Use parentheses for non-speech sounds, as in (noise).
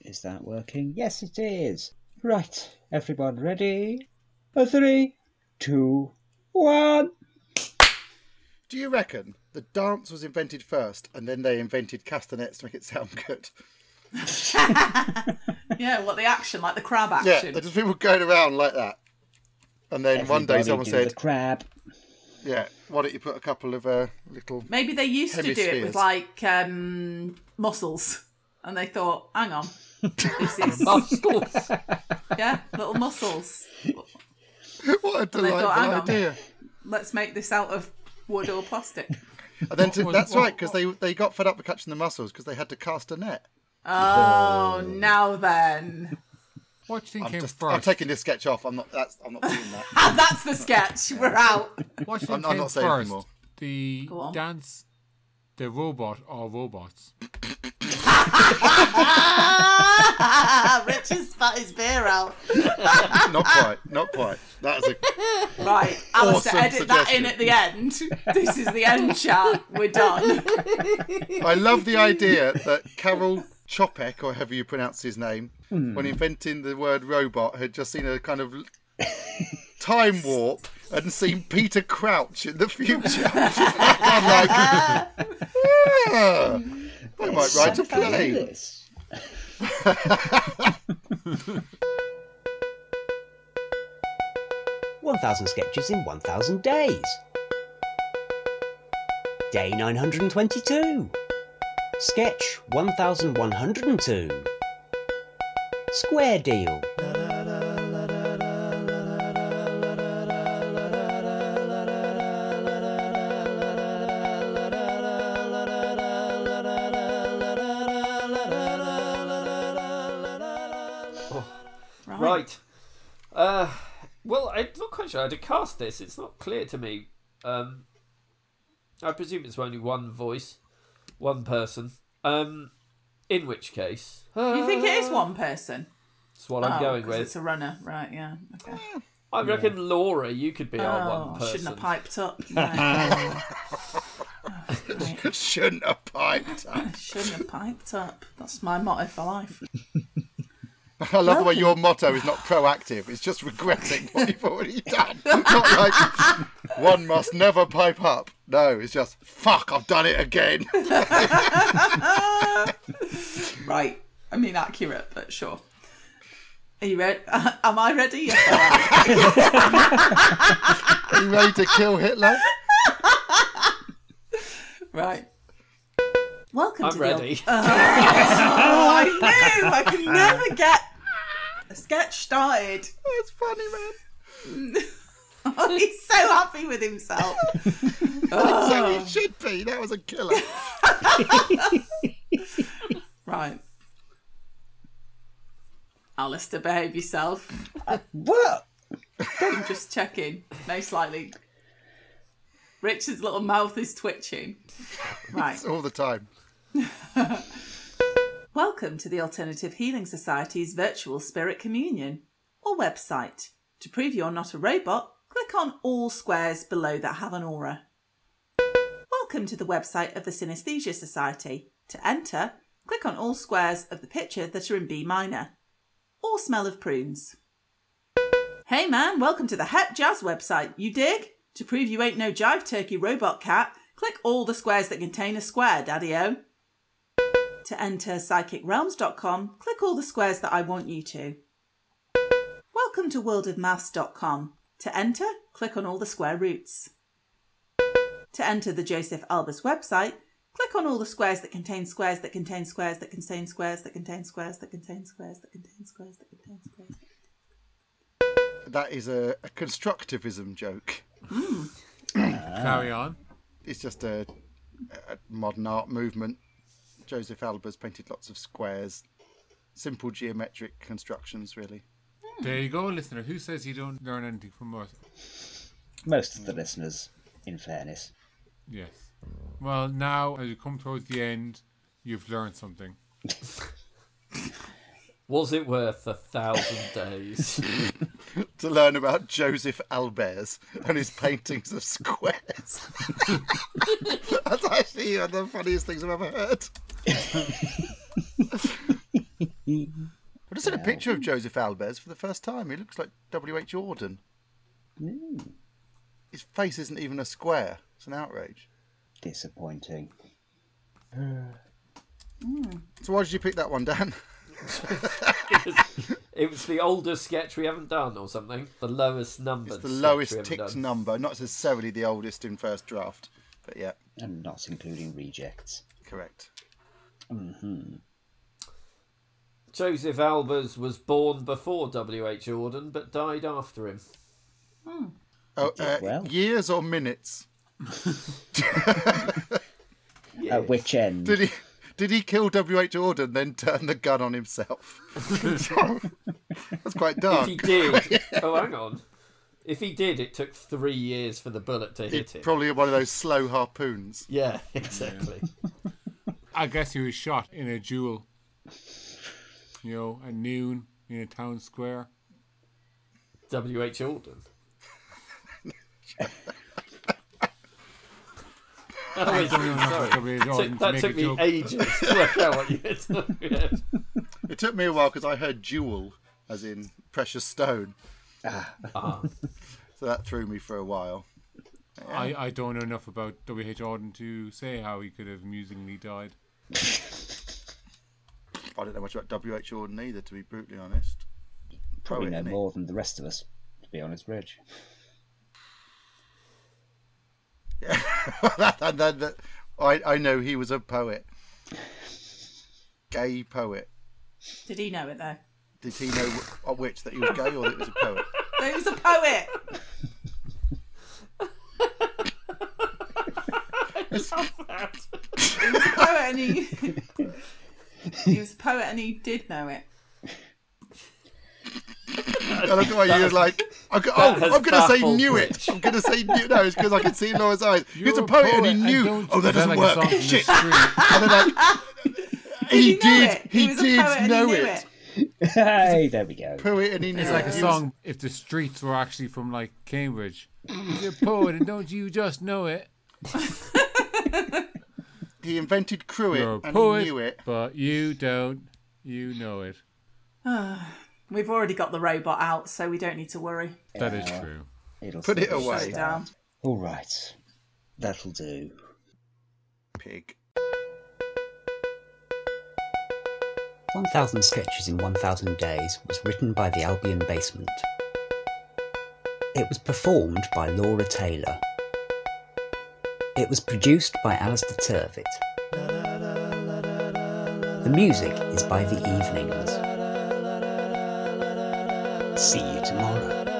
Is that working? Yes, it is. Right, everyone ready? A three, two, one. Do you reckon the dance was invented first and then they invented castanets to make it sound (laughs) good? Yeah, what the action, like the crab Yeah, action. there's just people going around like that. And then one day Everybody someone do said, the crab. Yeah, why don't you put a couple of uh, little. (laughs) Maybe they used to do it Hemispheres. with like um, muscles, and they thought, (laughs) "Hang on, this is Muscles. yeah, little muscles. What a thought, delightful "Hang on." idea! Let's make this out of wood or plastic." And then to, was- that's what- right, because they, they got fed up with catching the mussels because they had to cast a net. Oh, (laughs) now then, What do you think I'm, came just, first? I'm taking this sketch off. I'm not. That's. I'm not doing that. (laughs) and Ah, that's the sketch. We're out. (laughs) What do you I'm- think I'm came not saying first? anymore. The Go on. dance, the robot, or robots? Rich has spat his beer out. not quite. Not quite. That is a. Right, Alistair, Awesome edit that suggestion. in at the end. This is the end chat. We're done. I love the idea that Carol Chopek, or however you pronounce his name, when inventing the word robot, had just seen a kind of time warp and seen Peter Crouch in the future. I'm like, "Yeah, I might write a Something in play. this. One thousand sketches in one thousand days. Day nine hundred and twenty-two. Sketch one thousand one hundred and two. Square deal. Right. Uh, well, I'm not quite sure how to cast this. It's not clear to me. Um, I presume it's only one voice, one person. Um, in which case, You think it is one person? that's what I'm Oh, going 'cause It's with. a runner, right? Yeah. Okay. I reckon Laura, you could be our Oh, one I person. shouldn't have piped (laughs) up. No, Shouldn't have piped. up. I shouldn't have piped up. That's my motto for life. I love the way your motto is not proactive; it's just regretting what you've already done. Not like one must never pipe up. No, it's just fuck. I've done it again. Right. I mean, accurate, but sure. Are you ready? (laughs) Am I ready? Yes, I am. Are you ready to kill (laughs) Hitler? right. Welcome I'm to (laughs) ready. the. Old... Uh. Oh, I knew I could never get a sketch started. (laughs) That's funny, man. Oh, he's so happy with himself. So it should be. That was a killer. Right. Alistair, behave yourself. What? I'm just checking. No, slightly. Richard's little mouth is twitching. Right. All the time. Welcome to the Alternative Healing Society's virtual spirit communion or website. To prove you're not a robot, click on all squares below that have an aura. Welcome to the website of the Synesthesia Society. To enter, click on all squares of the picture that are in B minor or smell of prunes. Hey man, welcome to the Hep Jazz website. You dig? To prove you ain't no jive turkey robot cat, click all the squares that contain a square, daddy o. To enter psychicrealms.com, click all the squares that I want you to. Welcome to worldofmaths.com. To enter, click on all the square roots. To enter the Joseph Albers website, click on all the squares that contain squares that contain squares that contain squares that contain squares that contain squares that contain squares that contain squares. That is a, a constructivism joke. Carry on. It's just a, a modern art movement. Joseph Albers painted lots of squares, simple geometric constructions, really. There you go, listener. Who says you don't learn anything from us? Most of the listeners, in fairness. Yes. Well, now as you come towards the end, you've learned something. Was it worth a thousand days? (laughs) To learn about Joseph Albers and his paintings of squares. (laughs) That's actually one of the funniest things I've ever heard. I just seen a picture of Joseph Albers for the first time. He looks like W.H. Auden. His face isn't even a square. It's an outrage. Disappointing. So why did you pick that one, Dan? (laughs) It was the oldest sketch we haven't done, or something. The lowest number. It's the lowest ticked number, not necessarily the oldest in first draft. But yeah, And not including rejects. correct. Joseph Albers was born before W. H. Auden, but died after him. Oh, did uh, well. years or minutes? At which end? Did he? Did he kill W.H. Auden, then turn the gun on himself? (laughs) That's quite If dark. he did, oh hang on. If he did, it took three years for the bullet to hit It's him. probably one of those slow harpoons. yeah, exactly. I guess he was shot in a duel. You know, at noon in a town square. W. (laughs) H. Auden. Oh, wait, don't know sorry. if W.H. Auden Took- that make a took me joke. ages to work out what you were talking about. It took me a while because I heard jewel, as in precious stone. Ah. Ah. So that threw me for a while. I, I don't know enough about W.H. Auden to say how he could have amusingly died. I don't know much about W.H. Auden either, to be brutally honest. Probably Poet, no innit? (laughs) more than the rest of us, to be honest, Reg. (laughs) and then the, I, I know he was a poet. Gay poet. Did he know it though? Did he know wh- of which, that he was gay or that he was a poet? But he was a poet. (laughs) he was a poet and he he (laughs) was a poet and he did know it. And I look at you like, I go, that has oh, I'm going to say baffled knew it. Rich. I'm going to say knew. No, it's because I could see in Laura's eyes. He was You're a poet, and he and knew. don't Oh, that sound doesn't like a work. song from the Shit. street. And then like, he, He knew did. it. He, was a poet did and know he knew it. it. Hey, there we go. Poet and he knew (laughs) It's it. like a He was- song if the streets were actually from like Cambridge. You're a poet and don't you just know it? He invented You're a Cruet and poet, he knew it. but you don't. You know it. We've already got the robot out, so we don't need to worry. That is true. It'll Put it sort of away. shut Shut down. All right. That'll do. Pig. 1000 Sketches in 1000 Days was written by the Albion Basement. It was performed by Laura Taylor. It was produced by Alistair Turvitt. The music is by The Evenings. See you tomorrow.